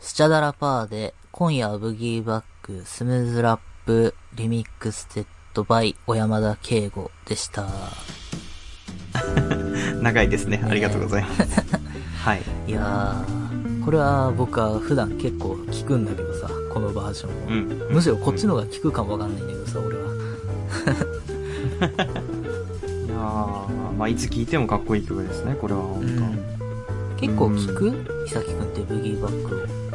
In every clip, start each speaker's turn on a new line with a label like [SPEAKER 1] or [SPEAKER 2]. [SPEAKER 1] スチャダラパーで、今夜はブギーバック、スムーズラップ、リミックステッドバイ、小山田圭吾でした。
[SPEAKER 2] 長いですね。ありがとうございます。 はい。
[SPEAKER 1] いやー、これは僕は普段結構聞くんだけどさ、このバージョンを。
[SPEAKER 2] うん。
[SPEAKER 1] むしろこっちの方が聞くかもわかんないんだけどさ、俺は。
[SPEAKER 2] いやーまあ、いつ聴いてもかっこいい曲ですね、これは
[SPEAKER 1] う
[SPEAKER 2] 本当。うん
[SPEAKER 1] ん、結構聞くひさきくんってブギーバックを。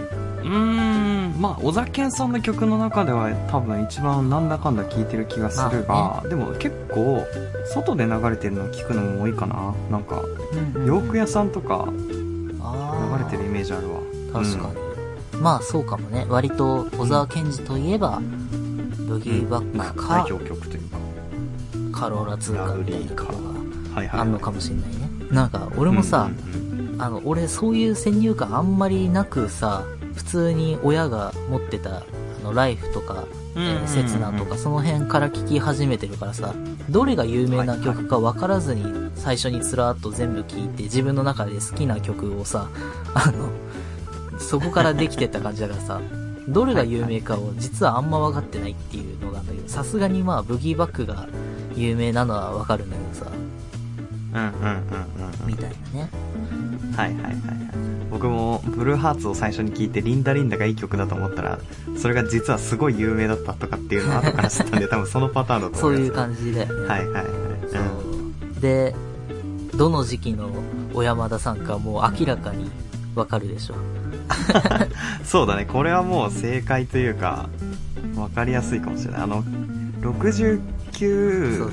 [SPEAKER 2] ん、まあ、小沢健さんの曲の中では多分一番なんだかんだ聴いてる気がする
[SPEAKER 1] ま
[SPEAKER 2] が、でも結構、外で流れてるの聴くのも多いかな。なんか、洋服屋さんとか流
[SPEAKER 1] 流
[SPEAKER 2] れてるイメージあるわ。
[SPEAKER 1] 確かに、まあそうかもね割と小沢健二といえば、ブギ
[SPEAKER 2] うん。
[SPEAKER 1] ーバッ
[SPEAKER 2] まあ
[SPEAKER 1] クか、
[SPEAKER 2] 代表曲というか。
[SPEAKER 1] カローラ通貨みたいなところ
[SPEAKER 2] はいはい。
[SPEAKER 1] があんのかもしれないねなんか俺もさ、
[SPEAKER 2] うん
[SPEAKER 1] あの俺そういう先入観あんまりなくさ普通に親が持ってたあのライフとか
[SPEAKER 2] うんうんうん
[SPEAKER 1] えー、刹那とかその辺から聴き始めてるからさどれが有名な曲か分からずに最初につらっと全部聴いて自分の中で好きな曲をさあのそこからできてった感じだからさどれが有名かを実はあんま分かってないっていうのがあるんだけどさすがにまあブギーバックが有名なのは分かるんだけどさ
[SPEAKER 2] うんうんうんうん
[SPEAKER 1] みたいなね
[SPEAKER 2] うん。はいはいはいはい。僕も、ブルーハーツを最初に聴いて、リンダリンダがいい曲だと思ったら、それが実はすごい有名だったとかっていうのを後から知ったんで、多分そのパターンだと
[SPEAKER 1] そ
[SPEAKER 2] 思
[SPEAKER 1] うい
[SPEAKER 2] います。
[SPEAKER 1] う感じだよね
[SPEAKER 2] はいはいはい。うん
[SPEAKER 1] そうでどの時期の小山田さんかもう明らかに分かるでしょ
[SPEAKER 2] そうだね、これはもう正解というか、わかりやすいかもしれない。あの、
[SPEAKER 1] そうそ
[SPEAKER 2] 69
[SPEAKER 1] う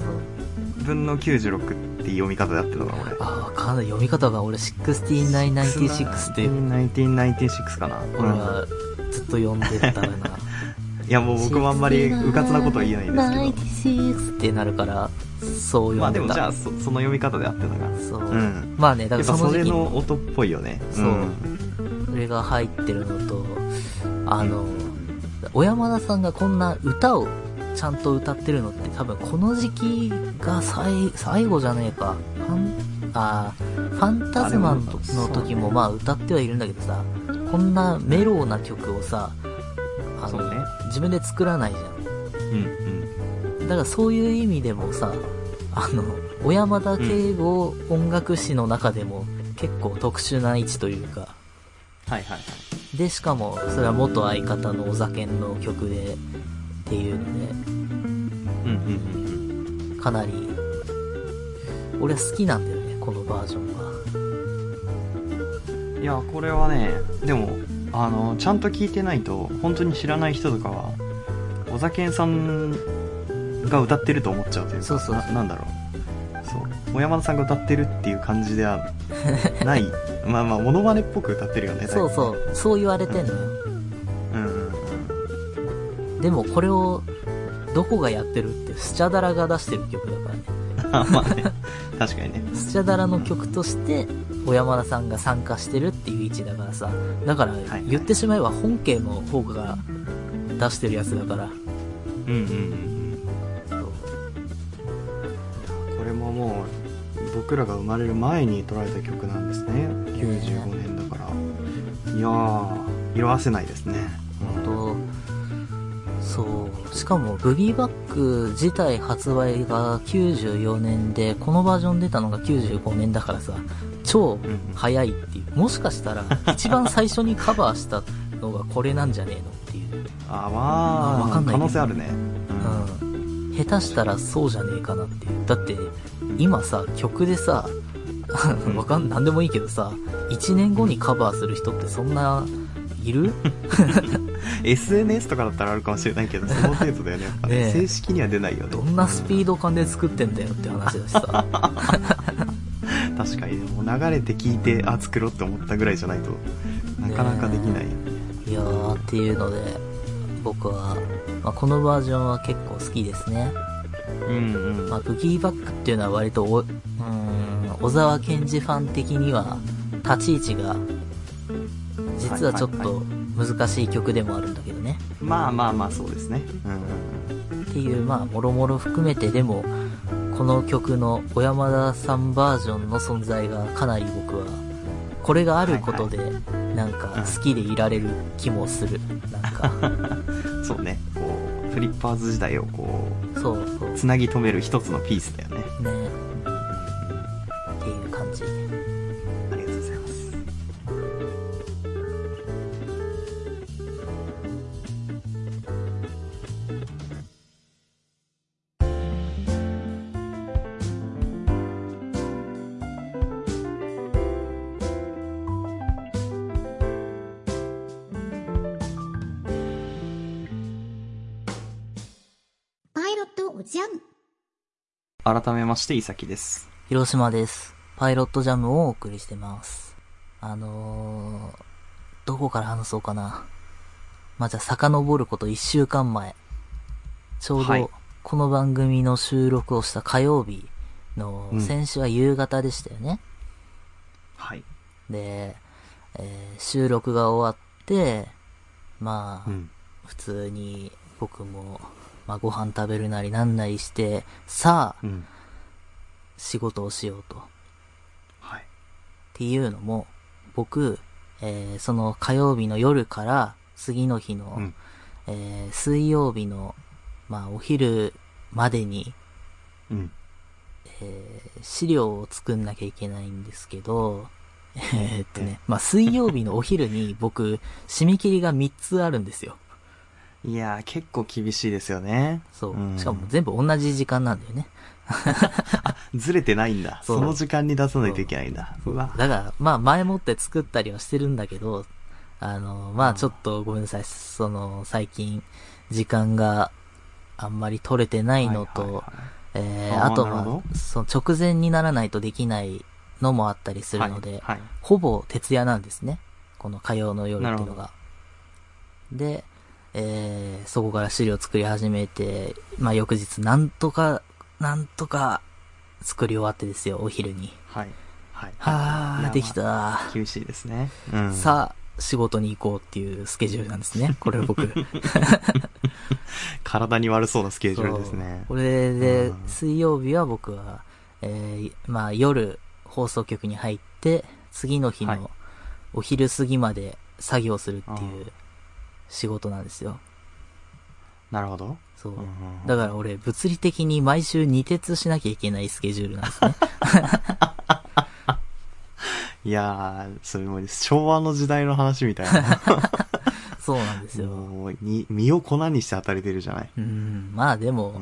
[SPEAKER 2] 分の96って読み方で合ってるのかな、これ。
[SPEAKER 1] あー、わかんない。読み方が俺、6996って、
[SPEAKER 2] 1996かな。
[SPEAKER 1] 俺はずっと読んでたらな。
[SPEAKER 2] いやもう 僕もあんまりうかつなことは言えないですけ
[SPEAKER 1] 96ってなるから、そう
[SPEAKER 2] ど。
[SPEAKER 1] 読
[SPEAKER 2] まあ
[SPEAKER 1] んで
[SPEAKER 2] で
[SPEAKER 1] た。
[SPEAKER 2] もじゃあそその読み方であってるのが。
[SPEAKER 1] そう。
[SPEAKER 2] うん。
[SPEAKER 1] まあね、だ
[SPEAKER 2] や
[SPEAKER 1] か
[SPEAKER 2] っ
[SPEAKER 1] ら
[SPEAKER 2] ぱ
[SPEAKER 1] そ
[SPEAKER 2] そ
[SPEAKER 1] の
[SPEAKER 2] れ
[SPEAKER 1] 時期
[SPEAKER 2] の
[SPEAKER 1] に
[SPEAKER 2] 音っぽいよね。
[SPEAKER 1] そう俺が入ってるのと、あの、小山田さんがこんな歌をちゃんと歌ってるのって多分この時期が最、最後じゃねえか。ファン、あーファンタズマン
[SPEAKER 2] あでも
[SPEAKER 1] の時もまあ歌ってはいるんだけどさ、こんなメロウな曲をさ、あ
[SPEAKER 2] そ
[SPEAKER 1] の、
[SPEAKER 2] うね
[SPEAKER 1] 自分で作らないじゃ
[SPEAKER 2] うんうん。
[SPEAKER 1] ん。だからそういう意味でもさ、あの、小山田圭吾音楽史の中でも結構特殊な位置というか、
[SPEAKER 2] はいはい。
[SPEAKER 1] で、しかも、それは元相方のお酒の曲で、っていうの
[SPEAKER 2] うんうん
[SPEAKER 1] で、かなり、俺は好きなんだよね、このバージョンは。
[SPEAKER 2] うんうん。いや、これはね、でも、あの、ちゃんと聞いてないと、本当に知らない人とかは、小酒さんが歌ってると思っちゃうというか、
[SPEAKER 1] そうそう
[SPEAKER 2] ななんだろう。そう。小山田さんが歌ってるっていう感じではない。まあまあ、モノマネっぽく歌ってるよね、
[SPEAKER 1] そう
[SPEAKER 2] う。
[SPEAKER 1] そう、そう言われてんのよ。
[SPEAKER 2] うんうんうん。
[SPEAKER 1] でもこれを、どこがやってるって、スチャダラが出してる曲だからね。
[SPEAKER 2] あまあね、確かにね。
[SPEAKER 1] スチャダラの曲として、小山田さんが参加してるっていう位置だからさ。だから
[SPEAKER 2] いはい、
[SPEAKER 1] 言ってしまえば本家の方が出してるやつだから。
[SPEAKER 2] うんうんうん
[SPEAKER 1] そう
[SPEAKER 2] うん。これももう、僕らが生まれる前に取られた曲なんですね。95年だから。いやー、色あせないですね。
[SPEAKER 1] とそうしかもブギーバック自体発売が94年でこのバージョン出たのが95年だからさ超早いっていうもしかしたら一番最初にカバーしたのがこれなんじゃねえのっていう、
[SPEAKER 2] あまあ、
[SPEAKER 1] わかんない
[SPEAKER 2] 可
[SPEAKER 1] けど
[SPEAKER 2] 能性あるね。うん
[SPEAKER 1] うん、下手したらそうじゃねえかなっていうだって今さ曲でさ わかんなんでもいいけどさ1年後にカバーする人ってそんないる
[SPEAKER 2] SNS とかだったらあるかもしれない けど、その程度だよね。やっぱ
[SPEAKER 1] ねえ
[SPEAKER 2] ね、正式には出ないよね。
[SPEAKER 1] どんなスピード感で作ってんだよって話だしさ
[SPEAKER 2] 確かに、ね、もう流れて聞いて、あ、作ろうって思ったぐらいじゃないと、なかなかできないよね。
[SPEAKER 1] いやーっていうので僕は、まあ、このバージョンは結構好きですね、
[SPEAKER 2] うんうん
[SPEAKER 1] まあ、ブギーバックっていうのは割とおうーん小沢健二ファン的には立ち位置が実はちょっと難しい曲でもあるんだけどね
[SPEAKER 2] まあまあまあ、そうですね。うんうんうん。
[SPEAKER 1] っていうまあもろもろ含めてでもこの曲の小山田さんバージョンの存在がかなり僕はこれがあることでなん
[SPEAKER 2] うん
[SPEAKER 1] か好きでいられる気もするなんか
[SPEAKER 2] そうねこうフリッパーズ時代をこ
[SPEAKER 1] そうそう
[SPEAKER 2] うつなぎ止める一つのピースだよね
[SPEAKER 1] ねっていう感じ
[SPEAKER 2] ありがとうございます
[SPEAKER 3] パイロットおじゃん。
[SPEAKER 2] 改めましていさきです
[SPEAKER 1] 広島ですパイロットジャムをお送りしてますあのー、どこから話そうかなまあ、じゃあ遡ること1週間前ちょう
[SPEAKER 2] はい
[SPEAKER 1] どこの番組の収録をした火曜日の
[SPEAKER 2] うん
[SPEAKER 1] 先週は夕方でしたよね、
[SPEAKER 2] はい
[SPEAKER 1] で、えー収録が終わって、まあ、
[SPEAKER 2] ん
[SPEAKER 1] 普通に僕も、まあご飯食べるなりなんなりして、さあ、
[SPEAKER 2] うん
[SPEAKER 1] 仕事をしようと。っ
[SPEAKER 2] はい
[SPEAKER 1] ていうのも、僕、えーその火曜日の夜から、次の日の、
[SPEAKER 2] うん
[SPEAKER 1] えー水曜日の、まあお昼までに、
[SPEAKER 2] うん
[SPEAKER 1] えー資料を作んなきゃいけないんですけど、えーっとね、まあ、水曜日のお昼に僕、締め切りが3つあるんですよ。
[SPEAKER 2] いやー結構厳しいですよね
[SPEAKER 1] そう。
[SPEAKER 2] ん
[SPEAKER 1] しかも全部同じ時間なんだよね。
[SPEAKER 2] ずれてないんだ
[SPEAKER 1] そう
[SPEAKER 2] その時間に出さないといけないんだうわ
[SPEAKER 1] だから、まあ、前もって作ったりはしてるんだけど、あの、まあ、ちょっとごめんなさい。その、最近、時間があんまり取れてないのと、
[SPEAKER 2] はいはいはい
[SPEAKER 1] えー
[SPEAKER 2] あー
[SPEAKER 1] あと
[SPEAKER 2] なるほ
[SPEAKER 1] は、
[SPEAKER 2] ど
[SPEAKER 1] その直前にならないとできないのもあったりするので、
[SPEAKER 2] はいはい
[SPEAKER 1] ほぼ徹夜なんですね。この火曜の夜っていうの
[SPEAKER 2] な
[SPEAKER 1] が。で、えー、そこから資料作り始めて、まあ、翌日、なんとか、なんとか、作り終わってですよ、お昼に。
[SPEAKER 2] はいはい
[SPEAKER 1] はいー、
[SPEAKER 2] や
[SPEAKER 1] でき
[SPEAKER 2] ま
[SPEAKER 1] た
[SPEAKER 2] あ厳しいですね、うん、
[SPEAKER 1] さあ、仕事に行こうっていうスケジュールなんです ね。これ僕。
[SPEAKER 2] 体に悪そうなスケジュールですね
[SPEAKER 1] これで
[SPEAKER 2] うん、
[SPEAKER 1] 水曜日は僕は、えー、まあ夜、放送局に入って、次の日
[SPEAKER 2] はい
[SPEAKER 1] のお昼過ぎまで作業するってい
[SPEAKER 2] あ
[SPEAKER 1] う仕事なんですよ。
[SPEAKER 2] なるほど
[SPEAKER 1] そう
[SPEAKER 2] うんう。んうん
[SPEAKER 1] だから俺、物理的に毎週二徹しなきゃいけないスケジュールなんです ね。
[SPEAKER 2] いやー、それもう昭和の時代の話みたいな。
[SPEAKER 1] そうなんですよ。
[SPEAKER 2] もう、に、身を粉にして働いてるじゃない。
[SPEAKER 1] うん、まあで
[SPEAKER 2] う
[SPEAKER 1] も、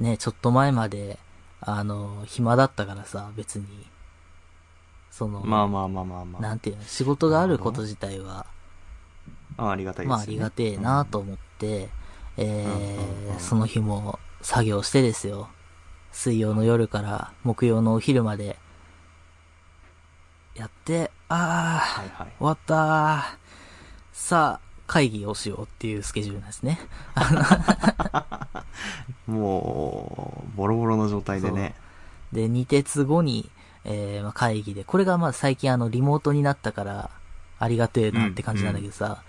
[SPEAKER 2] ん、
[SPEAKER 1] ね、ちょっと前まで、あの、暇だったからさ、別に。その、
[SPEAKER 2] まあまあまあまあまあ。
[SPEAKER 1] なんていうの、仕事があること自体は、
[SPEAKER 2] あありがたいです、
[SPEAKER 1] ま
[SPEAKER 2] ね。
[SPEAKER 1] あありがてえなと思って、え
[SPEAKER 2] うんうんうん
[SPEAKER 1] ー、その日も作業してですよ。水曜の夜から木曜のお昼まで、やって、あ
[SPEAKER 2] はいはい
[SPEAKER 1] ー、。終わったー。さあ、会議をしようっていうスケジュールなんですね。
[SPEAKER 2] もう、ボロボロの状態でね。
[SPEAKER 1] で、二鉄後に、えーまあ、会議で、これがまあ最近あの、リモートになったから、ありがてえなって感じなんだけどさ、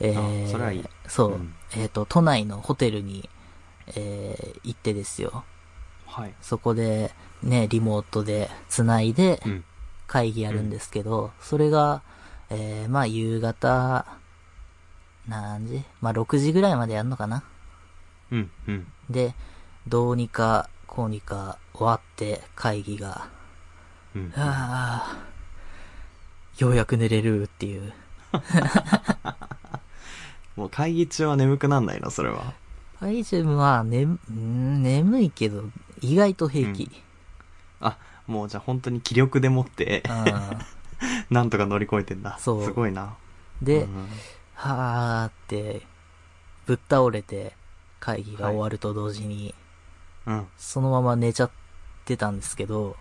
[SPEAKER 1] えー
[SPEAKER 2] あそれはいい
[SPEAKER 1] そう、
[SPEAKER 2] うん
[SPEAKER 1] えっ、と、都内のホテルに、えー行ってですよ。
[SPEAKER 2] はい。
[SPEAKER 1] そこで、ね、リモートで繋いで
[SPEAKER 2] うん。
[SPEAKER 1] 会議やるんですけど、それが、えーまあ夕方、何時まあ6時ぐらいまでやるのかな
[SPEAKER 2] うん。うん。
[SPEAKER 1] で、どうにか、こうにか終わって会議が、
[SPEAKER 2] うん。
[SPEAKER 1] ああ、ようやく寝れるっていう。
[SPEAKER 2] もう会議中は眠くなんないな、それは。
[SPEAKER 1] パイジュムは、ね、うん眠いけど、意外と平気。
[SPEAKER 2] あ、もうじゃあ本当に気力でもって、
[SPEAKER 1] う
[SPEAKER 2] なんとか乗り越えてんだ。
[SPEAKER 1] そう
[SPEAKER 2] すごいな。
[SPEAKER 1] ん、で、
[SPEAKER 2] うん
[SPEAKER 1] はーって、ぶっ倒れて、会議が終わると同時に、
[SPEAKER 2] うん。
[SPEAKER 1] そのまま寝ちゃってたんですけど、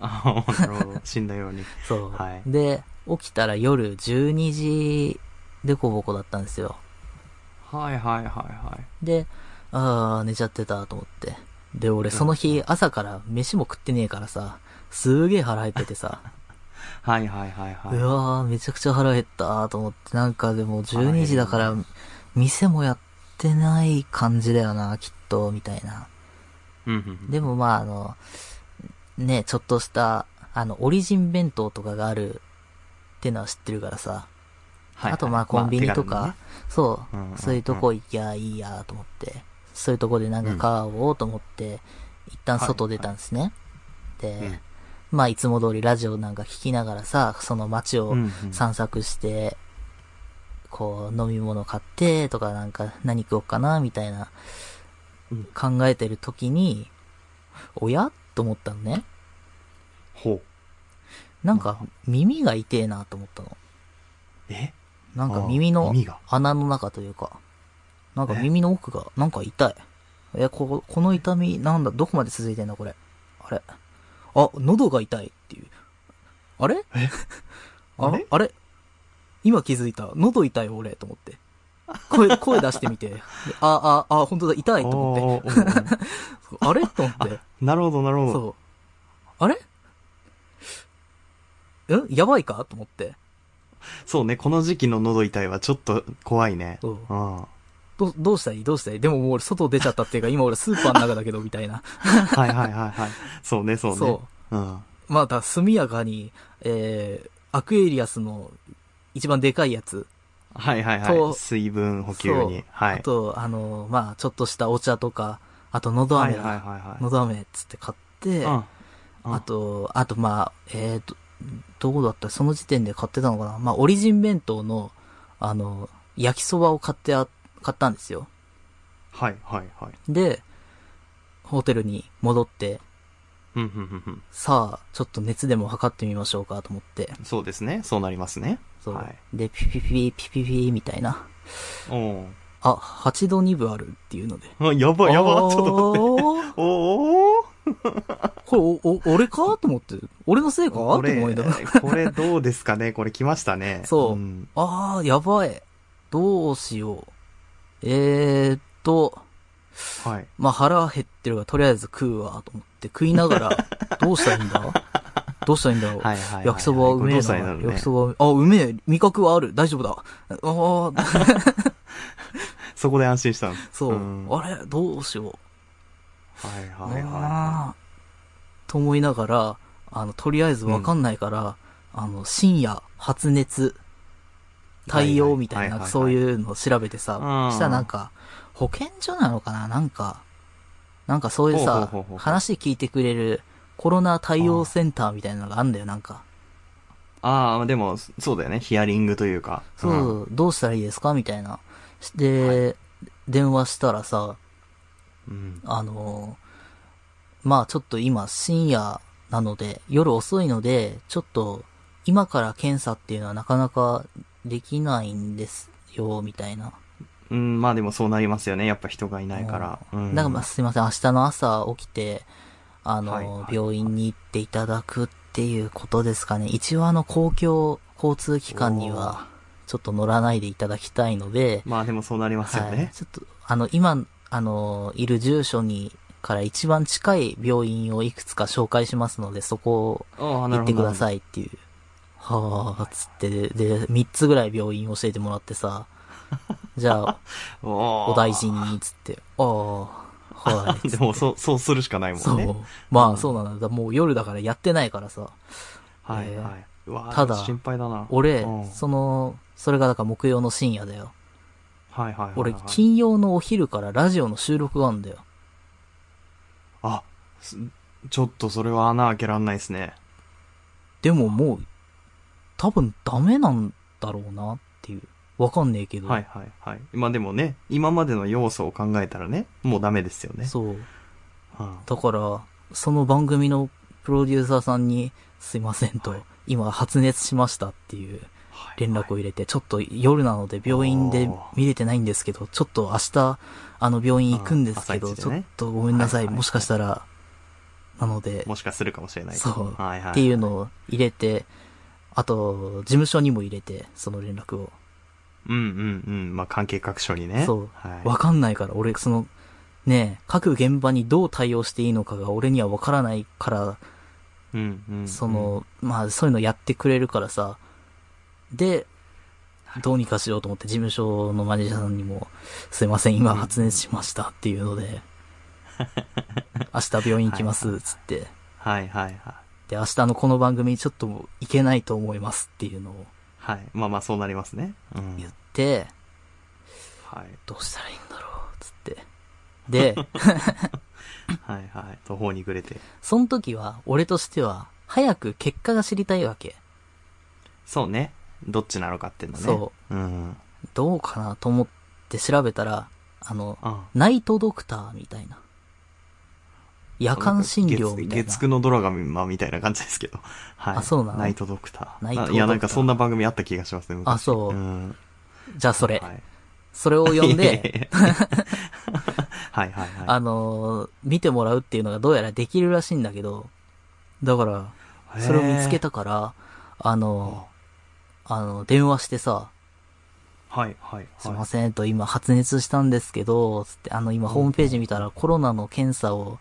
[SPEAKER 2] あ、なるほ ど。死んだように。
[SPEAKER 1] そう。
[SPEAKER 2] はい
[SPEAKER 1] で、起きたら夜12時でこぼこだったんですよ。
[SPEAKER 2] はいはいはいはい。
[SPEAKER 1] で、あー、寝ちゃってたと思って。で、俺その日朝から飯も食ってねえからさ、すげえ腹減っててさ、。
[SPEAKER 2] はいはいはい はいう
[SPEAKER 1] わー、めちゃくちゃ腹減ったと思って、なんかでも12時だから、店もやってない感じだよな、きっと、みたいな。
[SPEAKER 2] うんうん
[SPEAKER 1] でもまああの、ね、ちょっとした、あの、オリジン弁当とかがあるってのは知ってるからさ、
[SPEAKER 2] はい
[SPEAKER 1] あとまあコンビニとか、
[SPEAKER 2] まあ
[SPEAKER 1] そう、
[SPEAKER 2] うんうん
[SPEAKER 1] そういうとこ行きゃいいやと思って、そういうとこでなんか買おうと思って、一旦外出たんですね。
[SPEAKER 2] 手軽に
[SPEAKER 1] で
[SPEAKER 2] ね、
[SPEAKER 1] まあいつも通りラジオなんか聞きながらさ、その街
[SPEAKER 2] う
[SPEAKER 1] を
[SPEAKER 2] んうんうん
[SPEAKER 1] 散策して、こう飲み物買ってとかなんか何食おうかなみたいな
[SPEAKER 2] うん
[SPEAKER 1] 考えてる時に、おやと思ったのね。
[SPEAKER 2] ほう
[SPEAKER 1] なんか耳が痛えなと思ったの。
[SPEAKER 2] え
[SPEAKER 1] なんか
[SPEAKER 2] あー
[SPEAKER 1] 耳の
[SPEAKER 2] 耳が
[SPEAKER 1] 穴の中というか、なんか耳の奥が、なんか痛い。え、こ、この痛み、なんだ、どこまで続いてんだ、これ。あれ。あ、喉が痛いっていう。あれ
[SPEAKER 2] え
[SPEAKER 1] あ
[SPEAKER 2] あ
[SPEAKER 1] れ
[SPEAKER 2] れ
[SPEAKER 1] あれ今気づいた。喉痛い、俺、と思って。声、 声出してみて。であ、あ、あ、本当だ、痛いと思っ
[SPEAKER 2] おーおーおー
[SPEAKER 1] て。あれと思 って。
[SPEAKER 2] なるほどなるほど
[SPEAKER 1] そう。あれんやばいかと思って。
[SPEAKER 2] そうね、この時期の喉痛いはちょっと怖いね。
[SPEAKER 1] そう
[SPEAKER 2] うん。は
[SPEAKER 1] ど、どうしたらいいどうしたらいいでももう俺外出ちゃったっていうか、今俺スーパーの中だけど、みたいな。
[SPEAKER 2] いはいはいはい。 そうね、 そうね。。
[SPEAKER 1] そう
[SPEAKER 2] ん。
[SPEAKER 1] まあだから速やかに、えー、アクエリアスの一番でかいやつ。
[SPEAKER 2] はいはい
[SPEAKER 1] と
[SPEAKER 2] はい。水分補給
[SPEAKER 1] そう
[SPEAKER 2] に。はい。
[SPEAKER 1] あと、あの、まあちょっとしたお茶とか、あと、のど
[SPEAKER 2] はい
[SPEAKER 1] 飴
[SPEAKER 2] はい
[SPEAKER 1] だ、
[SPEAKER 2] はいはい。
[SPEAKER 1] のど飴っつって買って、
[SPEAKER 2] うん。
[SPEAKER 1] あと、あと、まあえーと、どこだったその時点で買ってたのかなまあオリジン弁当の、あの、焼きそばを買ってあ、買ったんですよ。
[SPEAKER 2] はいはいはい。
[SPEAKER 1] で、ホテルに戻って、
[SPEAKER 2] うんうんうんうん。
[SPEAKER 1] さあ、ちょっと熱でも測ってみましょうかと思って。
[SPEAKER 2] そうですね。そうなりますね。
[SPEAKER 1] そう。
[SPEAKER 2] はい
[SPEAKER 1] で、ピピピ、ピピピ、みたいな。
[SPEAKER 2] おー
[SPEAKER 1] あ、8度2分あるっていうので。
[SPEAKER 2] あ、やばいやばい。ちょっと待っ
[SPEAKER 1] 待って。
[SPEAKER 2] て。おー
[SPEAKER 1] これ、お、お、俺かと思って。俺のせいかと
[SPEAKER 2] これ
[SPEAKER 1] 思いながら。、
[SPEAKER 2] これどうですかねこれ来ましたね。
[SPEAKER 1] そうんあー、やばい。どうしよう。えーっと、
[SPEAKER 2] はい。
[SPEAKER 1] まあ、腹減ってるが、とりあえず食うわ、と思って。食いながら、どうしたらいいんだどうしたらいいんだろう。
[SPEAKER 2] はいはいはいはい。
[SPEAKER 1] 焼きそばはうめえ
[SPEAKER 2] これどうしたらいいんだ
[SPEAKER 1] な。
[SPEAKER 2] ろうね
[SPEAKER 1] 焼きそばはうめえ、あ、うめえ。味覚はある。大丈夫だ。あー、
[SPEAKER 2] そこで安心したんです。
[SPEAKER 1] そう。
[SPEAKER 2] んはい
[SPEAKER 1] あれどうしよう。
[SPEAKER 2] はいはいは
[SPEAKER 1] あーと思いながら、あの、とりあえずわかんないから、あの、深夜、発熱、対応みたい
[SPEAKER 2] はいはいはい
[SPEAKER 1] な、
[SPEAKER 2] はい
[SPEAKER 1] そういうのを調べてさ、
[SPEAKER 2] うん
[SPEAKER 1] したらなんか、保健所なのかななんか、なんかそういうさ
[SPEAKER 2] ほうほうほうほ、う
[SPEAKER 1] 話聞いてくれるコロナ対応センターみたいなのがあんだよ、なんか。
[SPEAKER 2] い。ああ、でも、そうだよね。ヒアリングというか。
[SPEAKER 1] そううんそう、どうしたらいいですかみたいな。で、電話したらさ、
[SPEAKER 2] うん。
[SPEAKER 1] あのーまあちょっと今深夜なので、夜遅いので、ちょっと今から検査っていうのはなかなかできないんですよ、みたいな。
[SPEAKER 2] うん、まあでもそうなりますよね。やっぱ人がいないから。うん。
[SPEAKER 1] なんかまあすいません、明日の朝起きて、あのー
[SPEAKER 2] はいはい
[SPEAKER 1] 病院に行っていただくっていうことですかね。一応あの公共交通機関にはちょっと乗らないでいただきたいので、
[SPEAKER 2] まあでもそうなりますよ
[SPEAKER 1] はい、
[SPEAKER 2] ね。
[SPEAKER 1] ちょっと、あの、今、あの、いる住所に、から一番近い病院をいくつか紹介しますので、そこを
[SPEAKER 2] ああ、
[SPEAKER 1] 行
[SPEAKER 2] なる
[SPEAKER 1] っ
[SPEAKER 2] ほ
[SPEAKER 1] て
[SPEAKER 2] ど。
[SPEAKER 1] くださいっていう。はあ、つって、で、で3つぐらい病院教えてもらって さ、じゃあ、
[SPEAKER 2] おー
[SPEAKER 1] お大事に、つって、ああ、はい。
[SPEAKER 2] でもそう、そうするしかないも
[SPEAKER 1] そ
[SPEAKER 2] んね
[SPEAKER 1] う。。まあ、そうなんだ。だからもう夜だからやってないからさ、
[SPEAKER 2] はい
[SPEAKER 1] えー
[SPEAKER 2] はい。うわー
[SPEAKER 1] ただ
[SPEAKER 2] 心配だな。
[SPEAKER 1] 俺
[SPEAKER 2] うん、
[SPEAKER 1] その、それがだから木曜の深夜だよ。
[SPEAKER 2] はいはいはいはい。
[SPEAKER 1] 俺、金曜のお昼からラジオの収録があるんだよ。
[SPEAKER 2] あ、すちょっとそれは穴開けらんないですね。
[SPEAKER 1] でももう、多分ダメなんだろうなっていう。わかんねえけど。
[SPEAKER 2] はいはいはい。まあでもね、今までの要素を考えたらね、もうダメですよね。
[SPEAKER 1] そう。
[SPEAKER 2] うん
[SPEAKER 1] だから、その番組のプロデューサーさんに、すいませんと、
[SPEAKER 2] はい
[SPEAKER 1] 今発熱しましたっていう連絡を
[SPEAKER 2] はい
[SPEAKER 1] 入れて、ちょっと夜なので病院で見れてないんですけど、ちょっと明日、あの病院行くんですけ
[SPEAKER 2] う
[SPEAKER 1] ど、
[SPEAKER 2] ん朝
[SPEAKER 1] ち
[SPEAKER 2] 一で
[SPEAKER 1] ょっ
[SPEAKER 2] ね
[SPEAKER 1] とごめんなさい。
[SPEAKER 2] はいはいはい
[SPEAKER 1] もしかしたら、なので、
[SPEAKER 2] もしかするかもしれないと
[SPEAKER 1] そう
[SPEAKER 2] はいはい。
[SPEAKER 1] っていうのを入れて、あと、事務所にも入れて、その連絡を。
[SPEAKER 2] うんうんうん。まあ関係各所にね。
[SPEAKER 1] そう
[SPEAKER 2] はい。
[SPEAKER 1] わかんないから、俺、その、ねえ、各現場にどう対応していいのかが俺にはわからないから、
[SPEAKER 2] うんうんうん。
[SPEAKER 1] その、まあ、そういうのやってくれるからさ、で、どうにかしようと思って事務所のマネージャーさんにも、すいません、今発熱しましたっていうの で、明日病院行きます、つって。
[SPEAKER 2] はいはいはい。
[SPEAKER 1] で、明日のこの番組ちょっともう行けないと思いますっていうのを
[SPEAKER 2] はい。まあまあ、そうなりますね。うん。
[SPEAKER 1] 言って、
[SPEAKER 2] はい。
[SPEAKER 1] どうしたらいいんだろうつって。で、
[SPEAKER 2] はいはい。途方に暮れて。
[SPEAKER 1] その時は、俺としては、早く結果が知りたいわけ。
[SPEAKER 2] そうね。どっちなのかっていうのね。。
[SPEAKER 1] そう
[SPEAKER 2] うん。
[SPEAKER 1] どうかなと思って調べたら、あの、
[SPEAKER 2] あ
[SPEAKER 1] ナイトドクターみたいな。夜間診療みたい
[SPEAKER 2] 月
[SPEAKER 1] な
[SPEAKER 2] 月。9のドラマみたいな感じですけど。はい。
[SPEAKER 1] あそうなの
[SPEAKER 2] ナイトドクター。
[SPEAKER 1] ナイトドクター
[SPEAKER 2] いや、なんかそんな番組あった気がしますね。昔
[SPEAKER 1] あそう
[SPEAKER 2] うん。
[SPEAKER 1] じゃあそれ、
[SPEAKER 2] はい。
[SPEAKER 1] それを読んで、
[SPEAKER 2] いやいやいや。はいはいは
[SPEAKER 1] あのー見てもらうっていうのがどうやらできるらしいんだけど、だから、
[SPEAKER 2] い。
[SPEAKER 1] それを見つけ
[SPEAKER 2] へ
[SPEAKER 1] たから、あ
[SPEAKER 2] ー。
[SPEAKER 1] のーあの、電話してさ、
[SPEAKER 2] はいはい
[SPEAKER 1] すい
[SPEAKER 2] は
[SPEAKER 1] ま
[SPEAKER 2] い。
[SPEAKER 1] せんと、今発熱したんですけど、つって、あの、今ホームページ見たらコロナの検査を、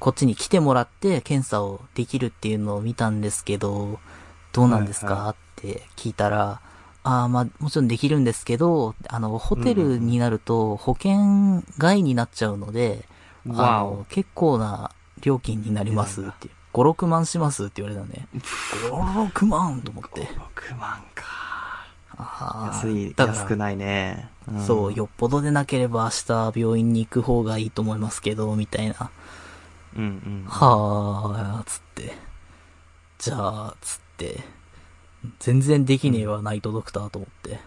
[SPEAKER 1] こっちに来てもらって検査をできるっていうのを見たんですけど、どうなんです
[SPEAKER 2] はい
[SPEAKER 1] かって聞いたら、ああ、まあ、もちろんできるんですけど、あの、ホテルになると保険外になっちゃうので、あ
[SPEAKER 2] わお
[SPEAKER 1] の、。結構な料金になりますっていう。5、6万しますって言われたの ね。5、6万と思って。
[SPEAKER 2] 6万か。
[SPEAKER 1] ああ
[SPEAKER 2] 安い、
[SPEAKER 1] だから
[SPEAKER 2] 安くないね。ん
[SPEAKER 1] そう、。よっぽどでなければ明日病院に行く方がいいと思いますけど、みたいな。
[SPEAKER 2] うんうん。
[SPEAKER 1] はあ、つって。じゃあ、つって。全然できねえわ、ナイトドクターと思って。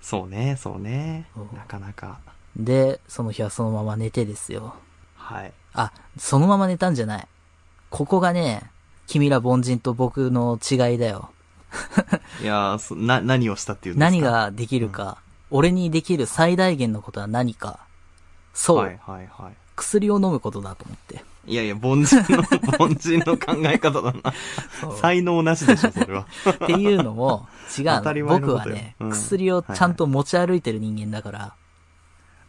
[SPEAKER 2] そうね、そうね
[SPEAKER 1] そう。
[SPEAKER 2] なかなか。
[SPEAKER 1] で、その日はそのまま寝てですよ。
[SPEAKER 2] はい。
[SPEAKER 1] あ、そのまま寝たんじゃない。ここがね、君ら凡人と僕の違いだよ。
[SPEAKER 2] いやーそな、何をしたっていうんですか
[SPEAKER 1] 何ができるか、俺にできる最大限のことは何か。そう、
[SPEAKER 2] はいはいは
[SPEAKER 1] 薬を飲むことだと思って。
[SPEAKER 2] い。いやいや、凡人の、 凡人の考え方だな。才能なしでしょ、それ は。
[SPEAKER 1] っていうのも、違う
[SPEAKER 2] 当たり
[SPEAKER 1] の。
[SPEAKER 2] 前の
[SPEAKER 1] 僕
[SPEAKER 2] ことよ
[SPEAKER 1] はね、
[SPEAKER 2] うん
[SPEAKER 1] 薬をちゃんと持ち歩いてる人間だから、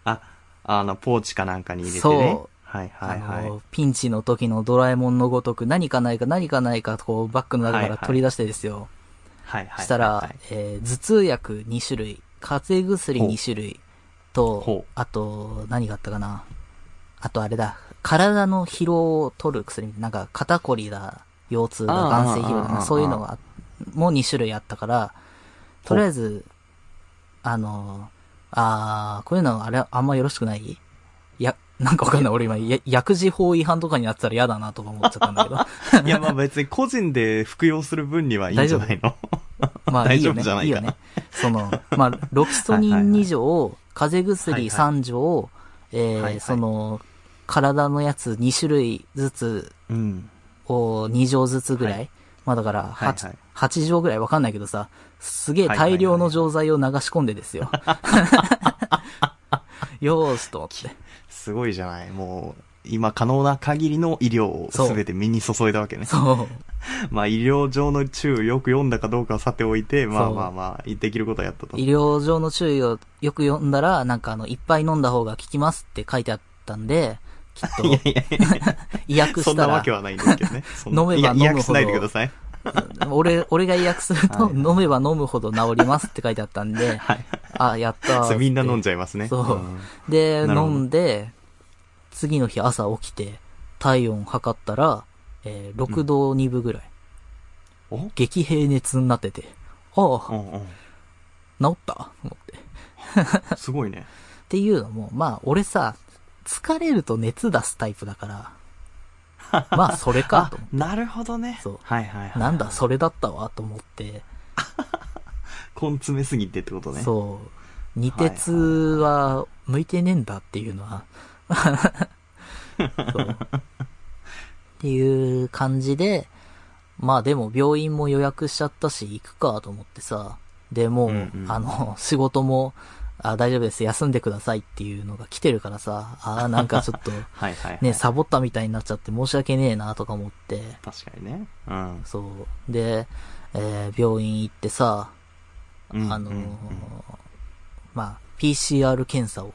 [SPEAKER 2] あ、あの、ポーチかなんかに入れてね
[SPEAKER 1] そう。
[SPEAKER 2] はいはいは
[SPEAKER 1] あ
[SPEAKER 2] い。
[SPEAKER 1] の、ピンチの時のドラえもんのごとく、何かないか何かないか、こう、バッグの中
[SPEAKER 2] は
[SPEAKER 1] か
[SPEAKER 2] いは
[SPEAKER 1] ら
[SPEAKER 2] い
[SPEAKER 1] 取り出してですよ。
[SPEAKER 2] はいはい。
[SPEAKER 1] したら、
[SPEAKER 2] はい
[SPEAKER 1] えー頭痛薬2種類、風邪薬2種類と
[SPEAKER 2] ほう、
[SPEAKER 1] あと、何があったかな。あとあれだ、体の疲労を取る薬、なんか肩こりだ、腰痛だ、
[SPEAKER 2] あー
[SPEAKER 1] 眼性疲労だ
[SPEAKER 2] あー
[SPEAKER 1] な、そういうのが、もう2種類あったから、とりあえず、あの、あー、こういうのあれ、あんまよろしくないいや、なんかわかんない。俺今、や薬事法違反とかになってたら嫌だなとか思っちゃったんだけど。
[SPEAKER 2] いや、まあ別に個人で服用する分にはいいんじゃないの
[SPEAKER 1] まあい
[SPEAKER 2] 大
[SPEAKER 1] い
[SPEAKER 2] 丈
[SPEAKER 1] よ
[SPEAKER 2] 夫
[SPEAKER 1] ね
[SPEAKER 2] じゃ。ないい
[SPEAKER 1] い
[SPEAKER 2] か
[SPEAKER 1] よ
[SPEAKER 2] な
[SPEAKER 1] ね。その、まあ、ロキソニン2錠、風邪薬3錠、え
[SPEAKER 2] はいはい
[SPEAKER 1] ー、その、体のやつ2種類ずつ
[SPEAKER 2] うん。
[SPEAKER 1] を2錠ずつぐら。
[SPEAKER 2] はい
[SPEAKER 1] まあだから
[SPEAKER 2] はい
[SPEAKER 1] 8
[SPEAKER 2] はい、
[SPEAKER 1] 8錠ぐらいわかんないけどさ、すげえ
[SPEAKER 2] はいはいはい
[SPEAKER 1] 大量の錠剤を流し込んでです よ。よーしと思って。
[SPEAKER 2] すごいじゃない。もう、今可能な限りの医療を
[SPEAKER 1] そう
[SPEAKER 2] 全て身に注いだわけね。
[SPEAKER 1] そう。
[SPEAKER 2] まあ医療上の注意をよく読んだかどうかはさておいて、まあ
[SPEAKER 1] そう
[SPEAKER 2] まあまあ、できることはやったと。
[SPEAKER 1] 医療上の注意をよく読んだら、なんかあの、いっぱい飲んだ方が効きますって書いてあったんで、きっと、
[SPEAKER 2] いやいやいや
[SPEAKER 1] 医薬
[SPEAKER 2] そ
[SPEAKER 1] し
[SPEAKER 2] ん
[SPEAKER 1] た
[SPEAKER 2] な
[SPEAKER 1] ら
[SPEAKER 2] わけ、はないんです けどね。そんな
[SPEAKER 1] 飲めば
[SPEAKER 2] いや
[SPEAKER 1] 飲むほど
[SPEAKER 2] 意訳しないでください。
[SPEAKER 1] うん俺、俺が医薬すると、
[SPEAKER 2] はい
[SPEAKER 1] 飲めば飲むほど治りますって書いてあったんで、
[SPEAKER 2] はい。
[SPEAKER 1] あ、やったーっ
[SPEAKER 2] そ
[SPEAKER 1] て
[SPEAKER 2] うみんな飲んじゃいますね。
[SPEAKER 1] そうんで、
[SPEAKER 2] なるほ
[SPEAKER 1] 飲
[SPEAKER 2] ど
[SPEAKER 1] んで、次の日朝起きて、体温測ったら、えー6度2分ぐらい。
[SPEAKER 2] おうん
[SPEAKER 1] 激平熱になってて、あ
[SPEAKER 2] う
[SPEAKER 1] あ、
[SPEAKER 2] ん。
[SPEAKER 1] 治ったと思って。
[SPEAKER 2] すごいね。
[SPEAKER 1] っていうのも、まあ、俺さ、疲れると熱出すタイプだから、 まあ、それかと思っ
[SPEAKER 2] なるほどね。
[SPEAKER 1] そう
[SPEAKER 2] はいはい
[SPEAKER 1] て。
[SPEAKER 2] はい。
[SPEAKER 1] なんだ、それだったわ、と思って。
[SPEAKER 2] 根詰めすぎてってことね。う。
[SPEAKER 1] そう。二鉄は向いてねえんだっていうの は。そう。っていう感じで、まあでも病院も予約しちゃったし行くかと思ってさ。で、もう、
[SPEAKER 2] うんうん
[SPEAKER 1] あの、仕事も、あ大丈夫です、休んでくださいっていうのが来てるからさ、ああ、なんかちょっ と、
[SPEAKER 2] はいはいはい。
[SPEAKER 1] ね、サボったみたいになっちゃって申し訳ねえなとか思って、
[SPEAKER 2] 確かにね。うん。
[SPEAKER 1] そう。で、えー病院行ってさ、
[SPEAKER 2] うん
[SPEAKER 1] あのー
[SPEAKER 2] うんうん
[SPEAKER 1] まあ、PCR 検査を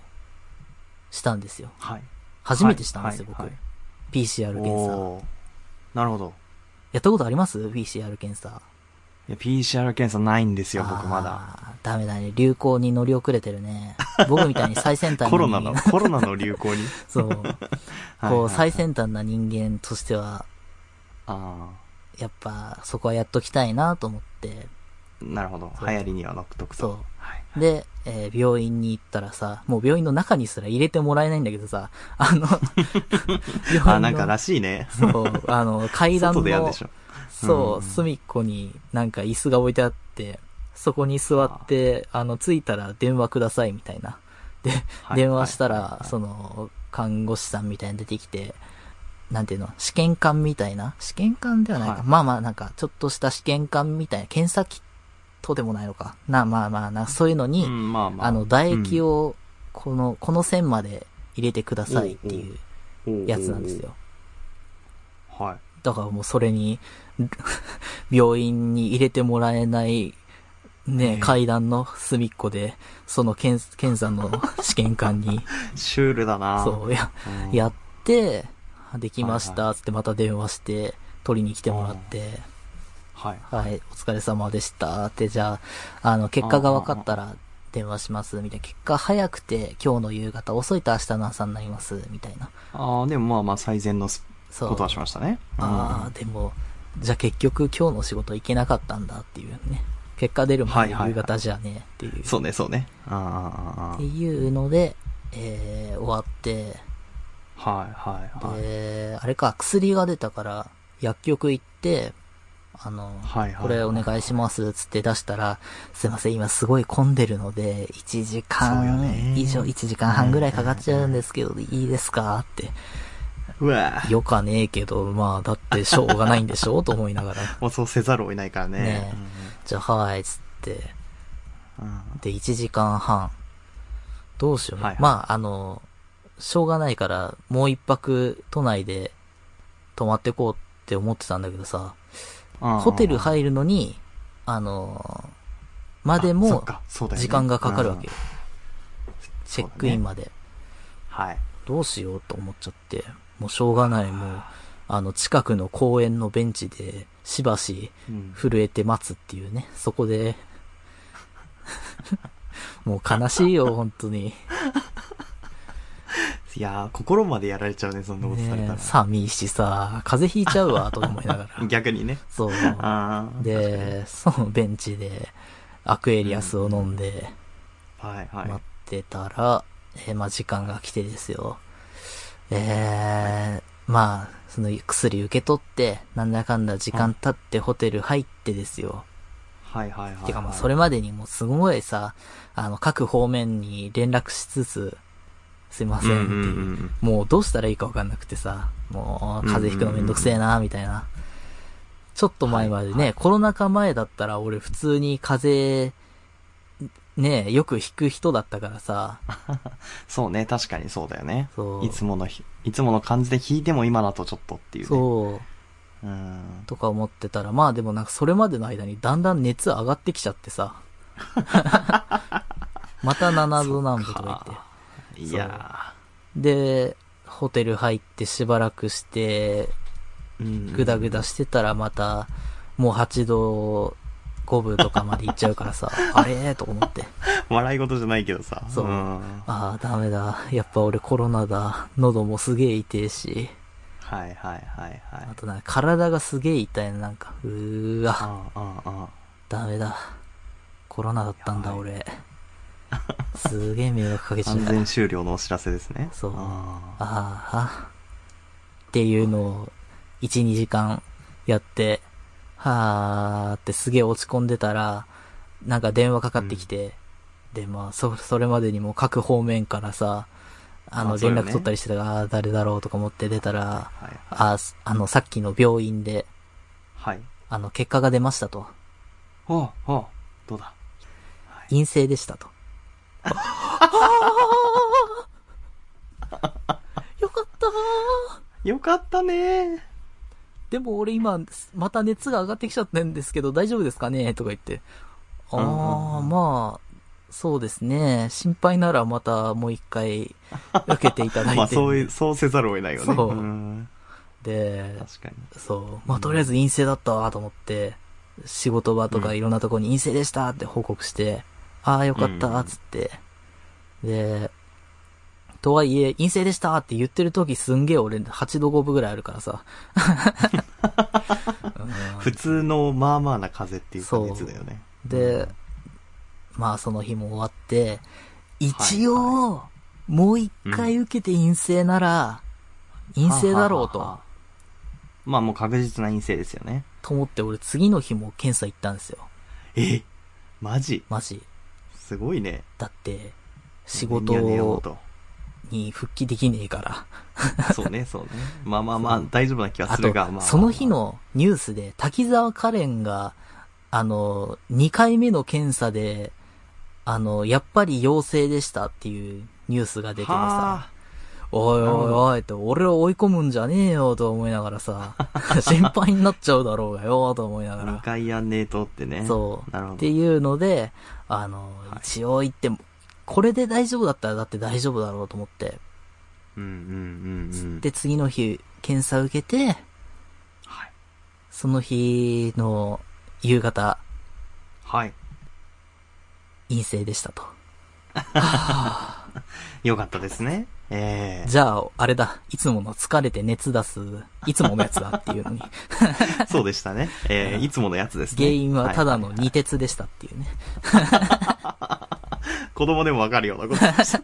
[SPEAKER 1] したんですよ。
[SPEAKER 2] はい。
[SPEAKER 1] 初めてしたんですよ、
[SPEAKER 2] はいはい
[SPEAKER 1] 僕。PCR 検査。
[SPEAKER 2] おーなるほど。
[SPEAKER 1] やったことあります ?PCR 検査。
[SPEAKER 2] いや、PCR 検査ないんですよ、僕まだ。
[SPEAKER 1] だ。ダメだね。流行に乗り遅れてるね。僕みたいに最先端に。
[SPEAKER 2] コロナの、コロナの流行に。
[SPEAKER 1] そう。
[SPEAKER 2] はい
[SPEAKER 1] こ
[SPEAKER 2] は
[SPEAKER 1] う、
[SPEAKER 2] い
[SPEAKER 1] 最先端な人間としては、
[SPEAKER 2] ああ。
[SPEAKER 1] やっぱそこはやっときたいなと思って、
[SPEAKER 2] なるほど。
[SPEAKER 1] そう
[SPEAKER 2] 流行りには乗っとくと。
[SPEAKER 1] そう
[SPEAKER 2] はい。
[SPEAKER 1] で、えー病院に行ったらさ、もう病院の中にすら入れてもらえないんだけどさ、あ の、病院の
[SPEAKER 2] あ、なんからしいね。
[SPEAKER 1] そう、あの、階段
[SPEAKER 2] 外
[SPEAKER 1] の
[SPEAKER 2] でやるでしょ。
[SPEAKER 1] そうう、
[SPEAKER 2] ん
[SPEAKER 1] 隅っこになんか椅子が置いてあって、そこに座って、あの、着いたら電話くださいみたいな。で、
[SPEAKER 2] はい
[SPEAKER 1] 電話したら、
[SPEAKER 2] はいはい
[SPEAKER 1] その、看護師さんみたいに出てきて、なんていうの、試験官みたいな試験官ではないか。
[SPEAKER 2] はい
[SPEAKER 1] まあまあ、なんか、ちょっとした試験官みたいな、検査キットでもないのか。な、まあまあな、そういうのに、
[SPEAKER 2] うん、まあまあ。
[SPEAKER 1] あの、唾液
[SPEAKER 2] を、
[SPEAKER 1] を、この、この線まで入れてくださいっていうやつなんですよ。
[SPEAKER 2] はい。
[SPEAKER 1] だからもうそれに、 病院に入れてもらえない、ね、階段の隅っこで、その検検査の試験官 に、
[SPEAKER 2] シュールだな
[SPEAKER 1] そう、や、
[SPEAKER 2] うん
[SPEAKER 1] やって、できました、つってまた電話して、取りに来てもらって、
[SPEAKER 2] はい。
[SPEAKER 1] はい、お疲れ様でした、って、じゃあ、あの、結果が分かったら電話します、みたいな。結果早くて今日の夕方、遅いと明日の朝になります、みたいな。
[SPEAKER 2] ああ、でもまあまあ最善のす
[SPEAKER 1] そう。
[SPEAKER 2] ことはしましたね。
[SPEAKER 1] ああ、でも、じゃあ結局今日の仕事行けなかったんだっていうね。結果出るまで
[SPEAKER 2] はいはいはい
[SPEAKER 1] 夕方じゃねえっていう。
[SPEAKER 2] うんそうね、そうね。あーあー、あ
[SPEAKER 1] っていうので、えー、終わって、
[SPEAKER 2] ーはい、はい、はい。
[SPEAKER 1] で、あれか、薬が出たから、薬局行って、あの、
[SPEAKER 2] はいはい
[SPEAKER 1] これお願いしますっつって出したら、すいません、今すごい混んでるので、1時
[SPEAKER 2] そうよ
[SPEAKER 1] 間
[SPEAKER 2] ね
[SPEAKER 1] 以上、1時間半ぐらいかかっちゃうんですけど、いいですかって。
[SPEAKER 2] うわぁ。
[SPEAKER 1] よかねえけど、まあ、だってしょうがないんでしょうと思いながら。
[SPEAKER 2] もうそうせざるを得ないからね。
[SPEAKER 1] ねじゃあ、はい、っつって。
[SPEAKER 2] うんうん
[SPEAKER 1] で、1時間半。どうしよう、
[SPEAKER 2] はいはい
[SPEAKER 1] まあ、あの、しょうがないから、もう一泊都内で泊まってこうって思ってたんだけどさ、
[SPEAKER 2] うんうん
[SPEAKER 1] ホテル入るのに、あの、まで
[SPEAKER 2] あそっ
[SPEAKER 1] も、
[SPEAKER 2] かそうだよね
[SPEAKER 1] 時間がかかるわけよ。チ
[SPEAKER 2] そう
[SPEAKER 1] ェッ
[SPEAKER 2] だね
[SPEAKER 1] クインまで。
[SPEAKER 2] はい。
[SPEAKER 1] どうしようと思っちゃって、もうしょうがない、もう、あの、近くの公園のベンチで、しばし、
[SPEAKER 2] うん
[SPEAKER 1] 震えて待つっていうね、そこで、 もう悲しいよ、本当 に。
[SPEAKER 2] いやー、心までやられちゃうね、そんなことされた
[SPEAKER 1] ね
[SPEAKER 2] ら。
[SPEAKER 1] 寂しさ、風邪ひいちゃうわ、と思いなが ら。
[SPEAKER 2] 逆にね。
[SPEAKER 1] そう。
[SPEAKER 2] ああ。
[SPEAKER 1] で、そのベンチで、アクエリアスを飲んで、
[SPEAKER 2] はいはい。
[SPEAKER 1] 待ってたら、えーまあ、時間が来てですよ。えー、まあ、その薬受け取って、なんだかんだ時間経ってホテル入ってですよ。
[SPEAKER 2] はいはいはい。
[SPEAKER 1] てかまあそれまでにもうすごいさ、あの、各方面に連絡しつつ、すいませんっていう。
[SPEAKER 2] うんうんうんうん
[SPEAKER 1] もうどうしたらいいかわかんなくてさ、もう風邪ひくのめんどくせえな、みたいな。ちょっと前までね、コロナ禍前だったら俺普通に風邪、ねよくひく人だったからさ、
[SPEAKER 2] そうね、確かにそうだよね。
[SPEAKER 1] そう
[SPEAKER 2] いつものひ、いつもの感じで弾いても今だとちょっとっていうね。
[SPEAKER 1] そう、
[SPEAKER 2] う。ん。
[SPEAKER 1] とか思ってたら、まあでもなんかそれまでの間にだんだん熱上がってきちゃってさ、 また7度南部とか言って。
[SPEAKER 2] いや
[SPEAKER 1] で、ホテル入ってしばらくして、
[SPEAKER 2] ー。うん
[SPEAKER 1] ぐだぐだしてたらまた、もう8度5分とかまで行っちゃうから さ、あれーと思って。
[SPEAKER 2] 笑い事じゃないけどさ。
[SPEAKER 1] そうんああ、ダメだ。やっぱ俺コロナだ。喉もすげえ痛えし。
[SPEAKER 2] はいはいはいはい
[SPEAKER 1] あ。となんか体がすげえ痛いのなんか。うーわ、
[SPEAKER 2] ああ、あ
[SPEAKER 1] ダメだ。コロナだったんだ
[SPEAKER 2] やば
[SPEAKER 1] 俺。すげえ迷惑かけ
[SPEAKER 2] あ。
[SPEAKER 1] ちゃう
[SPEAKER 2] 完。全終了のお知らせですね。
[SPEAKER 1] そう
[SPEAKER 2] あ
[SPEAKER 1] あ
[SPEAKER 2] あ
[SPEAKER 1] あ、っていうのを、1、2時間やって、はあってすげえ落ち込んでたら、なんか電話かかってきて、で、まあ、そ、それまでにも各方面からさ、あ
[SPEAKER 2] ま
[SPEAKER 1] の、
[SPEAKER 2] あそう
[SPEAKER 1] 連
[SPEAKER 2] よね
[SPEAKER 1] 絡取ったりしてたから、あー誰だろうとか思って出たら、
[SPEAKER 2] はい
[SPEAKER 1] あーすあの、さっきの病院で、
[SPEAKER 2] はい。
[SPEAKER 1] あの、結果が出ましたと。
[SPEAKER 2] ほうほう。どうだはい
[SPEAKER 1] 陰性でした と。よかったー
[SPEAKER 2] よかったね
[SPEAKER 1] でも俺今、また熱が上がってきちゃってんですけど、大丈夫ですかねとか言って。あ
[SPEAKER 2] うんうん
[SPEAKER 1] あ、
[SPEAKER 2] うん
[SPEAKER 1] まあ、そうですね。心配ならまたもう一回受けていただいて。
[SPEAKER 2] まあそういう、そうせざるを得ないよね。
[SPEAKER 1] そうんで、
[SPEAKER 2] 確かに。
[SPEAKER 1] そう。まあとりあえず陰性だったわと思って、仕事場とかいろんなとこに陰性でしたって報告して、ああ、よかった、つって。で、とはいえ、陰性でしたって言ってる時すんげえ俺8度5分ぐらいあるからさ。うん
[SPEAKER 2] 普通のまあまあな風っていう感じだよね。
[SPEAKER 1] で、まあその日も終わって、一応、もう一回受けて陰性なら、陰性だろう
[SPEAKER 2] ははは
[SPEAKER 1] と、
[SPEAKER 2] は。まあもう確実な陰性ですよね。
[SPEAKER 1] と思って俺次の日も検査行ったんですよ。
[SPEAKER 2] えマジ
[SPEAKER 1] マジ。
[SPEAKER 2] すごいね。
[SPEAKER 1] だって、仕
[SPEAKER 2] 俺には寝よう
[SPEAKER 1] 事
[SPEAKER 2] と。
[SPEAKER 1] に復帰できねえから。
[SPEAKER 2] そうね、そうね。まあまあまあ、大丈夫な気は
[SPEAKER 1] あ
[SPEAKER 2] す
[SPEAKER 1] と
[SPEAKER 2] るが、まあまあ、まあ。
[SPEAKER 1] その日。のニュースで、滝沢カレンが、あの、2回目の検査で、あの、やっぱり陽性でしたっていうニュースが出て
[SPEAKER 2] は
[SPEAKER 1] さ
[SPEAKER 2] あ、。
[SPEAKER 1] おいおいおいと、俺を追い込むんじゃねえよと思いながら さ、心配になっちゃうだろうがよと思いなが
[SPEAKER 2] 2
[SPEAKER 1] ら。
[SPEAKER 2] 回やんねえとってね。
[SPEAKER 1] そう。
[SPEAKER 2] なるほ
[SPEAKER 1] っ
[SPEAKER 2] ど
[SPEAKER 1] て。いうので、あの、一応言っても、これで大丈夫だったらだって大丈夫だろうと思って。
[SPEAKER 2] うんうんうんうん。
[SPEAKER 1] で、次の日、検査受けて、
[SPEAKER 2] はい。
[SPEAKER 1] その日の夕方、
[SPEAKER 2] はい。
[SPEAKER 1] 陰性でしたと。
[SPEAKER 2] よかったですね。ええ
[SPEAKER 1] じゃあ、あれだ、いつもの疲れて熱出す、いつものやつだって いうのに、
[SPEAKER 2] そうでしたね。ええいつものやつですね。
[SPEAKER 1] 原因はただ
[SPEAKER 2] い
[SPEAKER 1] の二鉄でしたっていうね。
[SPEAKER 2] 子供でもわかるようなことでし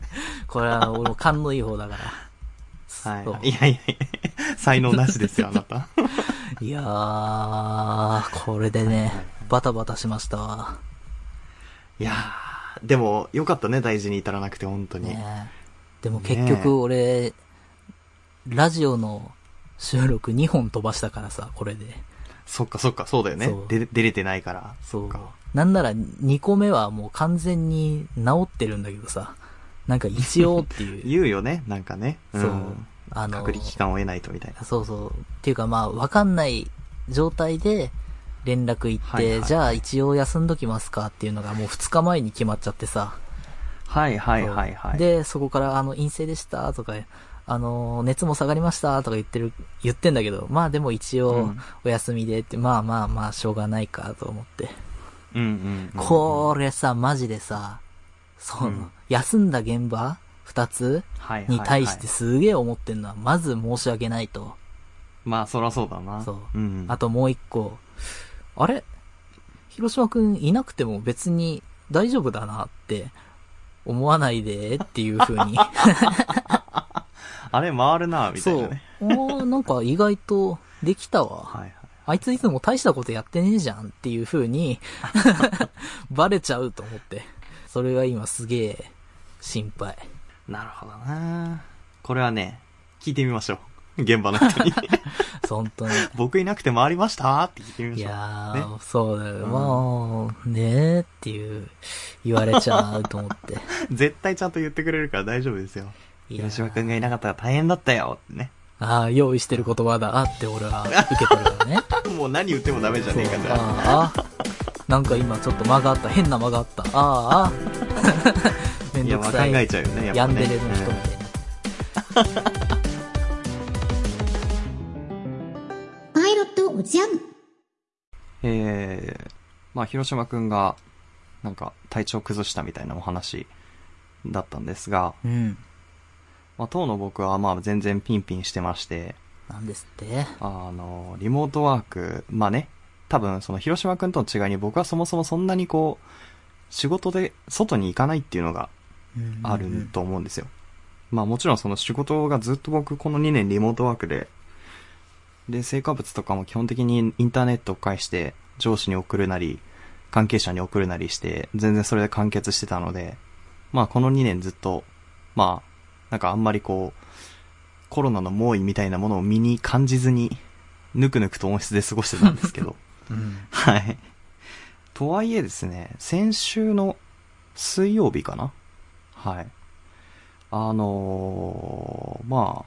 [SPEAKER 1] これは俺も勘のいい方だから。
[SPEAKER 2] た。
[SPEAKER 1] そう
[SPEAKER 2] はい。いやいやいや、 才能なしですよ、あなた。
[SPEAKER 1] いやー、これでね、バタバタしましたわ。
[SPEAKER 2] いやー、でも、よかったね、大事に至らなくて、本当に。
[SPEAKER 1] ねえでも結局俺、ラジオの収録2本飛ばしたからさ、これで。
[SPEAKER 2] そっかそっか、そうだよね
[SPEAKER 1] そう。
[SPEAKER 2] で出れてないから。
[SPEAKER 1] そう
[SPEAKER 2] か。。
[SPEAKER 1] なんなら2個目はもう完全に治ってるんだけどさ、なんか一応って いう。
[SPEAKER 2] 言うよね、なんかね。
[SPEAKER 1] そ
[SPEAKER 2] ん
[SPEAKER 1] う。あの、
[SPEAKER 2] 隔離期間を得ないとみたいな。
[SPEAKER 1] そうそう。っていうかまあ、わかんない状態で連絡行って、
[SPEAKER 2] はいはい
[SPEAKER 1] じゃあ一応休んどきますかっていうのがもう2日前に決まっちゃってさ。
[SPEAKER 2] はいはいはいはい。
[SPEAKER 1] で、そこから、あの、陰性でしたとか、あの、熱も下がりましたとか言ってる、言ってんだけど、まあでも一
[SPEAKER 2] う
[SPEAKER 1] 応
[SPEAKER 2] ん、
[SPEAKER 1] お休みでって、まあまあまあ、しょうがないかと思って。
[SPEAKER 2] うんうんうん。
[SPEAKER 1] これさ、マジでさ、その、
[SPEAKER 2] うん
[SPEAKER 1] 休んだ現場二つ
[SPEAKER 2] はいはいはい
[SPEAKER 1] に対してすげえ思ってんのは、まず申し訳ないと。
[SPEAKER 2] まあ、そらそうだな。
[SPEAKER 1] そう
[SPEAKER 2] うん。
[SPEAKER 1] あともう一個、あれ広島くんいなくても別に大丈夫だなって思わないでっていう風に。
[SPEAKER 2] あれ回るな、みたいなね。
[SPEAKER 1] そう。おーなんか意外とできたわ。
[SPEAKER 2] はいはい。
[SPEAKER 1] あいついつも大したことやってねえじゃんっていう風 に、バレちゃうと思って。それが今すげえ心配。
[SPEAKER 2] なるほどなこれはね、聞いてみましょう。現場の 人に。
[SPEAKER 1] 本 当に。
[SPEAKER 2] 僕いなくて回りましたって聞いてみま
[SPEAKER 1] い
[SPEAKER 2] しょう。
[SPEAKER 1] やー、そうだよ。もう、ねーっていう、言われちゃうと思って。
[SPEAKER 2] 絶対ちゃんと言ってくれるから大丈夫ですよ。
[SPEAKER 1] いやー
[SPEAKER 2] 広島くんが いなかったら大変だったよってね。
[SPEAKER 1] ああ、用意してる言葉だって俺は受け取る からね。
[SPEAKER 2] もう何言ってもダメじゃ
[SPEAKER 1] そ
[SPEAKER 2] ね
[SPEAKER 1] う
[SPEAKER 2] えかじゃあ。
[SPEAKER 1] あーあー、なんか今ちょっと間があった。変な間があった。あーあー、めん
[SPEAKER 2] いや、
[SPEAKER 1] ど
[SPEAKER 2] ま
[SPEAKER 1] く
[SPEAKER 2] あ
[SPEAKER 1] さ
[SPEAKER 2] 考
[SPEAKER 1] い。
[SPEAKER 2] えちゃうよね、や
[SPEAKER 1] ヤ
[SPEAKER 2] っぱ
[SPEAKER 1] ン
[SPEAKER 2] ね。
[SPEAKER 1] デレの人みたいな。
[SPEAKER 3] パイロットおじゃん
[SPEAKER 2] うんえー、まあ、広島くんが、なんか、体調崩したみたいなお話だったんですが、
[SPEAKER 1] うん。
[SPEAKER 2] まあ、当の僕は、まあ、全然ピンピンしてまして、
[SPEAKER 1] なんですって。
[SPEAKER 2] あの、リモートワーク、まあね、多分その広島くんとの違いに僕はそもそもそんなにこう、仕事で外に行かないっていうのが
[SPEAKER 1] うん
[SPEAKER 2] あると思うんですよ。まあもちろんその仕事がずっと僕この2年リモートワークで、で、成果物とかも基本的にインターネットを介して上司に送るなり、関係者に送るなりして、全然それで完結してたので、まあこの2年ずっと、まあ、なんかあんまりこう、コロナの猛威みたいなものを身に感じずに、ぬくぬくと温室で過ごしてたんですけど、
[SPEAKER 1] うん。
[SPEAKER 2] はい。とはいえですね、先週の水曜日かなはい。あのーまあ、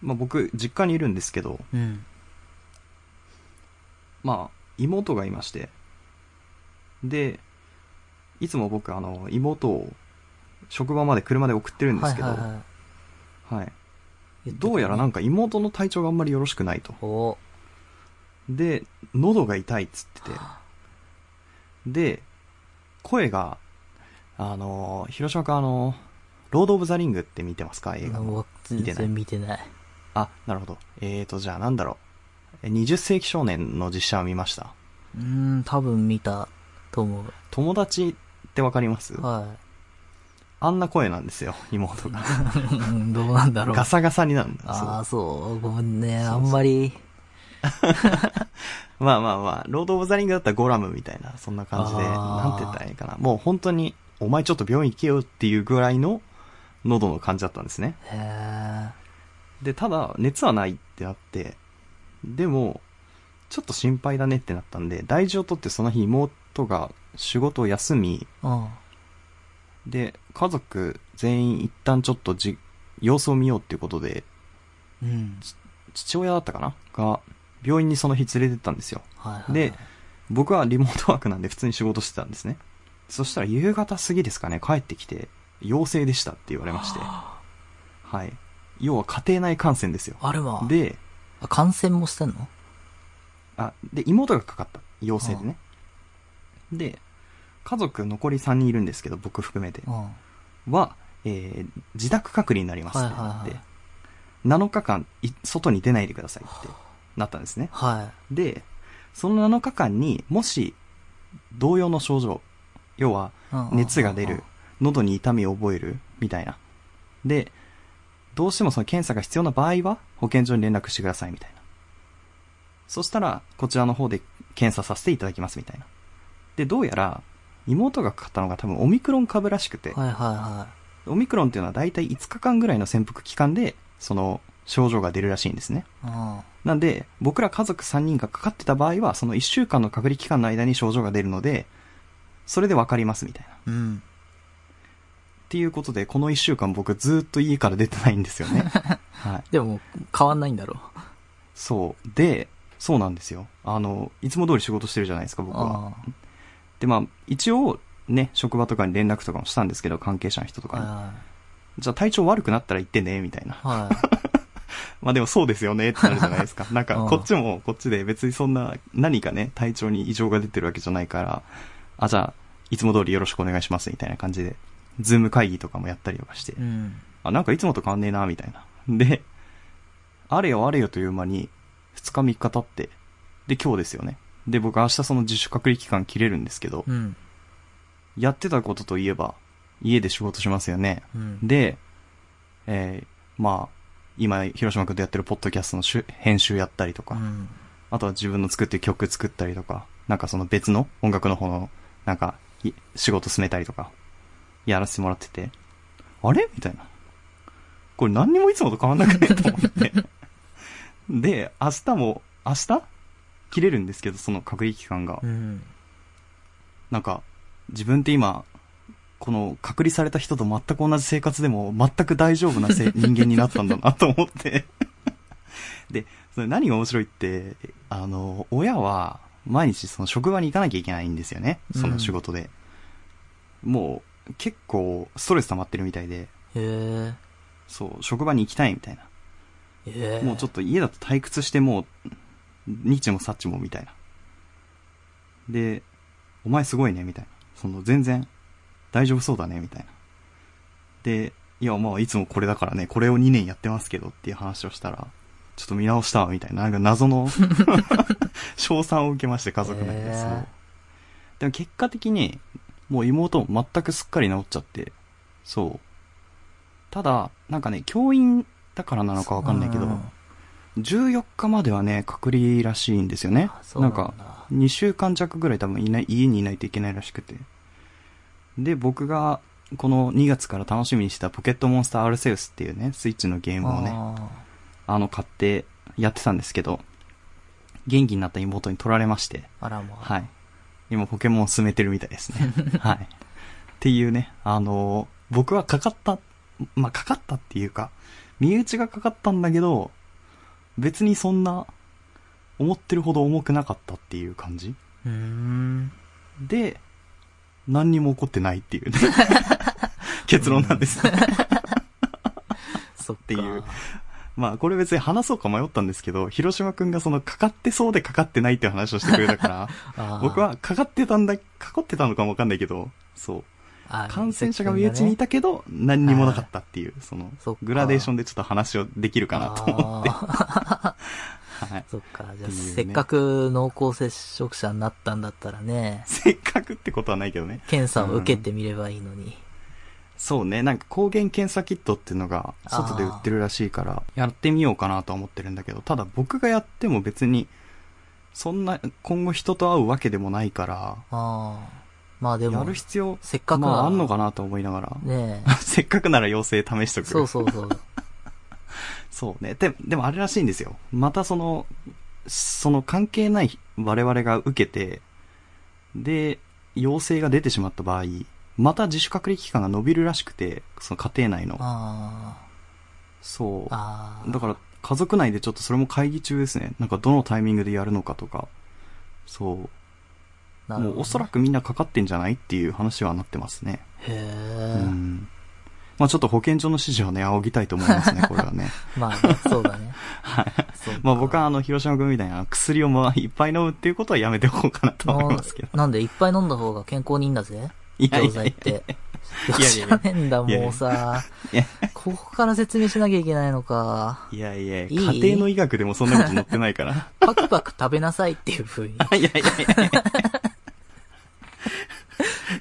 [SPEAKER 2] まあ僕、実家にいるんですけど、
[SPEAKER 1] うん。
[SPEAKER 2] まあ、妹がいまして、で、いつも僕、あの、妹を職場まで車で送ってるんで
[SPEAKER 1] は
[SPEAKER 2] す
[SPEAKER 1] い
[SPEAKER 2] けど、
[SPEAKER 1] は
[SPEAKER 2] はいい
[SPEAKER 1] は
[SPEAKER 2] はい。どうやらなんんか妹の体調があんまりよろしくないと。
[SPEAKER 1] お
[SPEAKER 2] で、喉が痛いっつってて。で、声が、あのー、広島君あのー、ロード・オブ・ザ・リングって見てますか映画の。
[SPEAKER 1] 全然見てない。
[SPEAKER 2] あ、なるほど。えーと、じゃあなんだろう。え20世紀少年の実写を見ました。
[SPEAKER 1] うーん、多分見たと思う。
[SPEAKER 2] 友達ってわかります
[SPEAKER 1] は
[SPEAKER 2] あんな声なんですよ、妹が。
[SPEAKER 1] い。うんどうなんだろう。
[SPEAKER 2] ガサガサになるんだ。そう
[SPEAKER 1] ああ、そう。ごめんね。あんまり。
[SPEAKER 2] まあまあまあ、ロード・オブ・ザ・リングだったらゴラムみたいな、そんな感じで、
[SPEAKER 1] あー
[SPEAKER 2] なんて言ったらいいかな。もう本当に、お前ちょっと病院行けよっていうぐらいの喉の感じだったんですね。
[SPEAKER 1] へえ。
[SPEAKER 2] で、ただ、熱はないってなって、でも、ちょっと心配だねってなったんで、大事を取ってその日妹が仕事を休み、
[SPEAKER 1] うん。
[SPEAKER 2] で、家族全員一旦ちょっとじ、様子を見ようっていうことで、
[SPEAKER 1] うん。
[SPEAKER 2] 父親だったかなが、病院にその日連れてったんですよ。
[SPEAKER 1] はいはい。
[SPEAKER 2] で、、僕はリモートワークなんで普通に仕事してたんですね。そしたら夕方過ぎですかね、帰ってきて、陽性でしたって言われまして。はい。要は家庭内感染ですよ。
[SPEAKER 1] あるわ。、
[SPEAKER 2] で、
[SPEAKER 1] 感染もしてんの
[SPEAKER 2] あ、で、妹がかかった。陽性でね。で、家族残り3人いるんですけど、僕含めて
[SPEAKER 1] う。ん。は
[SPEAKER 2] は、えー、自宅隔離になりますってなっ
[SPEAKER 1] はいはい
[SPEAKER 2] て
[SPEAKER 1] は、
[SPEAKER 2] 7日間い、外に出ないでくださいってなったんですね。
[SPEAKER 1] い。
[SPEAKER 2] で、その7日間にもし、同様の症状、要は、
[SPEAKER 1] うん
[SPEAKER 2] 熱が出る。、喉に痛みを覚える、みたいな。で、どうしてもその検査が必要な場合は、保健所に連絡してください、みたいな。そしたら、こちらの方で検査させていただきます、みたいな。で、どうやら、妹がかかったのが多分オミクロン株らしくて、
[SPEAKER 1] はいはいは
[SPEAKER 2] オミクロンっていうのは大体5日間ぐらいの潜伏期間で、その症状が出るらしいんですね。
[SPEAKER 1] い。うん。
[SPEAKER 2] なんで、僕ら家族3人がかかってた場合は、その1週間の隔離期間の間に症状が出るので、それでわかります、みたいな。
[SPEAKER 1] うん。
[SPEAKER 2] っていうことで、この一週間僕ずーっと家から出てないんで すよね。はい。
[SPEAKER 1] でも、変わんないんだろう。
[SPEAKER 2] そう。で、そうなんですよ。あの、いつも通り仕事してるじゃないですか、僕は。
[SPEAKER 1] あ
[SPEAKER 2] で、まあ、一応、ね、職場とかに連絡とかもしたんですけど、関係者の人と
[SPEAKER 1] あ。
[SPEAKER 2] かに。
[SPEAKER 1] は
[SPEAKER 2] じゃあ体調悪くなったら言ってね、みたいな。
[SPEAKER 1] いはい。はい。
[SPEAKER 2] まあでもそうですよね、ってなるじゃないですか。なんか
[SPEAKER 1] う、ん
[SPEAKER 2] こっちもこっちで別にそんな、何かね、体調に異常が出てるわけじゃないから、あ、じゃあ、いつも通りよろしくお願いします、みたいな感じで、ズーム会議とかもやったりとかして
[SPEAKER 1] う。ん。
[SPEAKER 2] あ、なんかいつもと変わんねえな、みたいな。で、あれよあれよという間に、2日3日経って、で、今日ですよね。で、僕明日その自主隔離期間切れるんですけど、
[SPEAKER 1] うん。
[SPEAKER 2] やってたことといえば、家で仕事しますよね。
[SPEAKER 1] うん。
[SPEAKER 2] で、えー、まあ、今、広島君とやってるポッドキャストのしゅ編集やったりと
[SPEAKER 1] う
[SPEAKER 2] か、
[SPEAKER 1] ん。
[SPEAKER 2] あとは自分の作ってる曲作ったりとか、なんかその別の音楽の方の、なんか、い仕事進めたりとか、やらせてもらってて、あれみたいな。これ何にもいつもと変わんなくねと思って。で、明日も、明日切れるんですけど、その隔離期間が
[SPEAKER 1] う。ん。
[SPEAKER 2] なんか、自分って今、この隔離された人と全く同じ生活でも全く大丈夫なせ人間になったんだなと思って。 で、それ何が面白いって、あの、親は毎日その職場に行かなきゃいけないんですよね。その仕事で。もう結構ストレス溜まってるみたいで、
[SPEAKER 1] へえ。
[SPEAKER 2] そう、職場に行きたいみたいな。
[SPEAKER 1] ええ。
[SPEAKER 2] もうちょ
[SPEAKER 1] っ
[SPEAKER 2] っと家だと退屈してもう、日もさっちもみたいな。で、お前すごいね、みたいな。その、全然、大丈夫そうだね、みたいな。で、いや、まあ、いつもこれだからね、これを2年やってますけどっていう話をしたら、ちょっと見直したわ、みたいな。なんか謎の、 称賛を受けまして、家族内
[SPEAKER 1] へ
[SPEAKER 2] で。
[SPEAKER 1] ー
[SPEAKER 2] そう。でも結果的に、もう妹も全くすっかり治っちゃって、そう。ただ、なんかね、教員だからなのかわかんないけど、14日まではね、隔離らしいんですよね
[SPEAKER 1] あ。そう
[SPEAKER 2] な
[SPEAKER 1] なん
[SPEAKER 2] ん
[SPEAKER 1] だ
[SPEAKER 2] か、2週間弱ぐらい多分いない、家にいないといけないらしくて。で、僕が、この2月から楽しみにしたポケットモンスターアルセウスっていうね、スイッチのゲームをね、あ
[SPEAKER 1] ね。
[SPEAKER 2] の、買ってやってたんですけど、元気になった妹に取られまして、
[SPEAKER 1] あらまあ。
[SPEAKER 2] はい。今ポケモンを進めてるみたいです ね。はい。っていうね、あのー僕はかかった、まあ、かかったっていうか、身内がかかったんだけど、別にそんな、思ってるほど重くなかったっていう感じ
[SPEAKER 1] うーん。
[SPEAKER 2] で、何にも起こってないってい うね。結論なんです、
[SPEAKER 1] そっか。
[SPEAKER 2] ていうまあ、これ別に話そうか迷ったんですけど、広島くんがそのかかってそうでかかってないっていう話をしてくれたから、
[SPEAKER 1] あー
[SPEAKER 2] 僕はかかってたんだ、かかってたのかもわかんないけど、そう。感染者が身内にい。たけど、何にもなかったっていう、その
[SPEAKER 1] そっ、か
[SPEAKER 2] グラデーションでちょっと話をできるか
[SPEAKER 1] あ
[SPEAKER 2] な
[SPEAKER 1] ー
[SPEAKER 2] と思って。はい。
[SPEAKER 1] そっ か、じゃ
[SPEAKER 2] っ
[SPEAKER 1] あ、
[SPEAKER 2] ていうね
[SPEAKER 1] せっかく濃厚接触者になったんだったらね、
[SPEAKER 2] せっかくってことはないけどね。
[SPEAKER 1] 検査を受けてみればいいのに。
[SPEAKER 2] そうね、なんか抗原検査キットっていうのが外で売ってるらしいから、やってみようかなとは思ってるんだけど、ただ僕がやっても別に、そんな、今後人と会うわけでもないから、
[SPEAKER 1] ああ。まあで
[SPEAKER 2] や
[SPEAKER 1] も
[SPEAKER 2] る、必要、
[SPEAKER 1] せっかくな
[SPEAKER 2] ま
[SPEAKER 1] ら
[SPEAKER 2] ああんのかなと思いながら、
[SPEAKER 1] ね
[SPEAKER 2] せっかくなら陽性試しと
[SPEAKER 1] え。
[SPEAKER 2] く。
[SPEAKER 1] そうそうそう。
[SPEAKER 2] そうね。で、でもあれらしいんですよ。またその、その関係ない我々が受けて、で、陽性が出てしまった場合、また自主隔離期間が伸びるらしくて、その家庭内の。
[SPEAKER 1] あ
[SPEAKER 2] そ
[SPEAKER 1] あ。あ
[SPEAKER 2] う。
[SPEAKER 1] あ。
[SPEAKER 2] だから、家族内でちょっとそれも会議中ですね。なんかどのタイミングでやるのかとか。そう。
[SPEAKER 1] なるほ
[SPEAKER 2] も
[SPEAKER 1] どね
[SPEAKER 2] うおそら。くみんなかかってんじゃないっていう話はなってますね。
[SPEAKER 1] へ
[SPEAKER 2] う
[SPEAKER 1] え。
[SPEAKER 2] ん。まあちょっと保健所の指示をね、仰ぎたいと思いますね、これはね。
[SPEAKER 1] まあね、そうだ ね。そうか
[SPEAKER 2] まあ僕はあの、広島君みたいな薬をまあいっぱい飲むっていうことはやめておこうかなとは思いますけど
[SPEAKER 1] も。うなんで、いっぱい飲んだ方が健康にいいんだぜ。
[SPEAKER 2] いやい
[SPEAKER 1] 錠
[SPEAKER 2] やいや
[SPEAKER 1] 剤って。
[SPEAKER 2] いやいや
[SPEAKER 1] 知らねえんだ、
[SPEAKER 2] いやいや
[SPEAKER 1] もうさ
[SPEAKER 2] いや。
[SPEAKER 1] ここから説明しなきゃいけないのか。
[SPEAKER 2] いやいや、
[SPEAKER 1] い
[SPEAKER 2] 家庭の医学でもそんなこと載ってないから。
[SPEAKER 1] パクパク食べなさいっていう風に。
[SPEAKER 2] いやいやいや。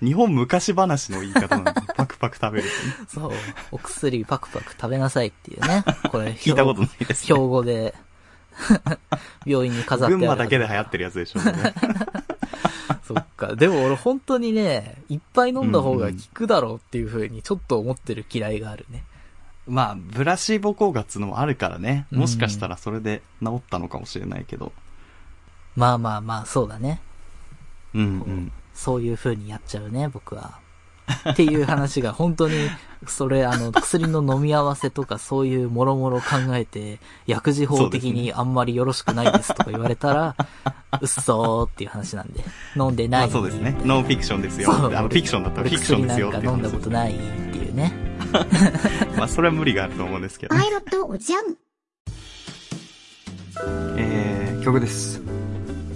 [SPEAKER 2] 日本昔話の言い方なんで、パクパク食べるってね。
[SPEAKER 1] そう。お薬パクパク食べなさいっていうね。これ、
[SPEAKER 2] 聞いたことないです
[SPEAKER 1] 標
[SPEAKER 2] ね。
[SPEAKER 1] 語で、病院に飾って
[SPEAKER 2] 群
[SPEAKER 1] あるは
[SPEAKER 2] 馬
[SPEAKER 1] ず。
[SPEAKER 2] だけで流行ってるやつでしょうね。
[SPEAKER 1] そっか。でも俺本当にね、いっぱい飲んだ方が効くだろうっていう風にちょっと思ってる嫌いがあるね。
[SPEAKER 2] まあ、ブラシーボ効果っつうのもあるからね。
[SPEAKER 1] うん
[SPEAKER 2] もしかしたらそれで治ったのかもしれないけど。
[SPEAKER 1] まあまあまあ、そうだね。
[SPEAKER 2] うんうん。
[SPEAKER 1] そういう風にやっちゃうね、僕は。っていう話が本当に、それ、あ の、薬の飲み合わせとかそういうもろもろ考えて、薬事法的にあんまりよろしくないですとか言われたら、うっそーっていう話なんで。飲んでな
[SPEAKER 2] ま
[SPEAKER 1] い。
[SPEAKER 2] あそうですね。ノンフィクションですよ。
[SPEAKER 1] そう
[SPEAKER 2] あのフィクションだったら
[SPEAKER 1] 俺
[SPEAKER 2] フィクションですよって
[SPEAKER 1] 薬
[SPEAKER 2] いう
[SPEAKER 1] なん
[SPEAKER 2] 話
[SPEAKER 1] か飲んだことないっていうね。
[SPEAKER 2] まあそれは無理があると思うんですけど。
[SPEAKER 3] パイロットおじゃん
[SPEAKER 2] えー、曲です。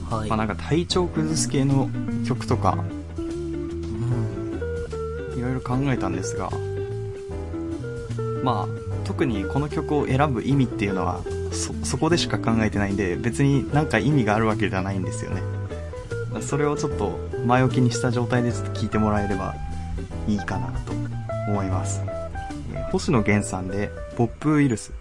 [SPEAKER 1] はい。
[SPEAKER 2] まあなんか体調崩す系の曲とか、
[SPEAKER 1] うん
[SPEAKER 2] いろいろ考えたんですが、まあ、特にこの曲を選ぶ意味っていうのは、そ、そこでしか考えてないんで、別になんか意味があるわけじゃないんですよね。まあそれをちょっと前置きにした状態でちょっと聞いてもらえればいいかなと思います。えー星野源さんで、ポップウイルス。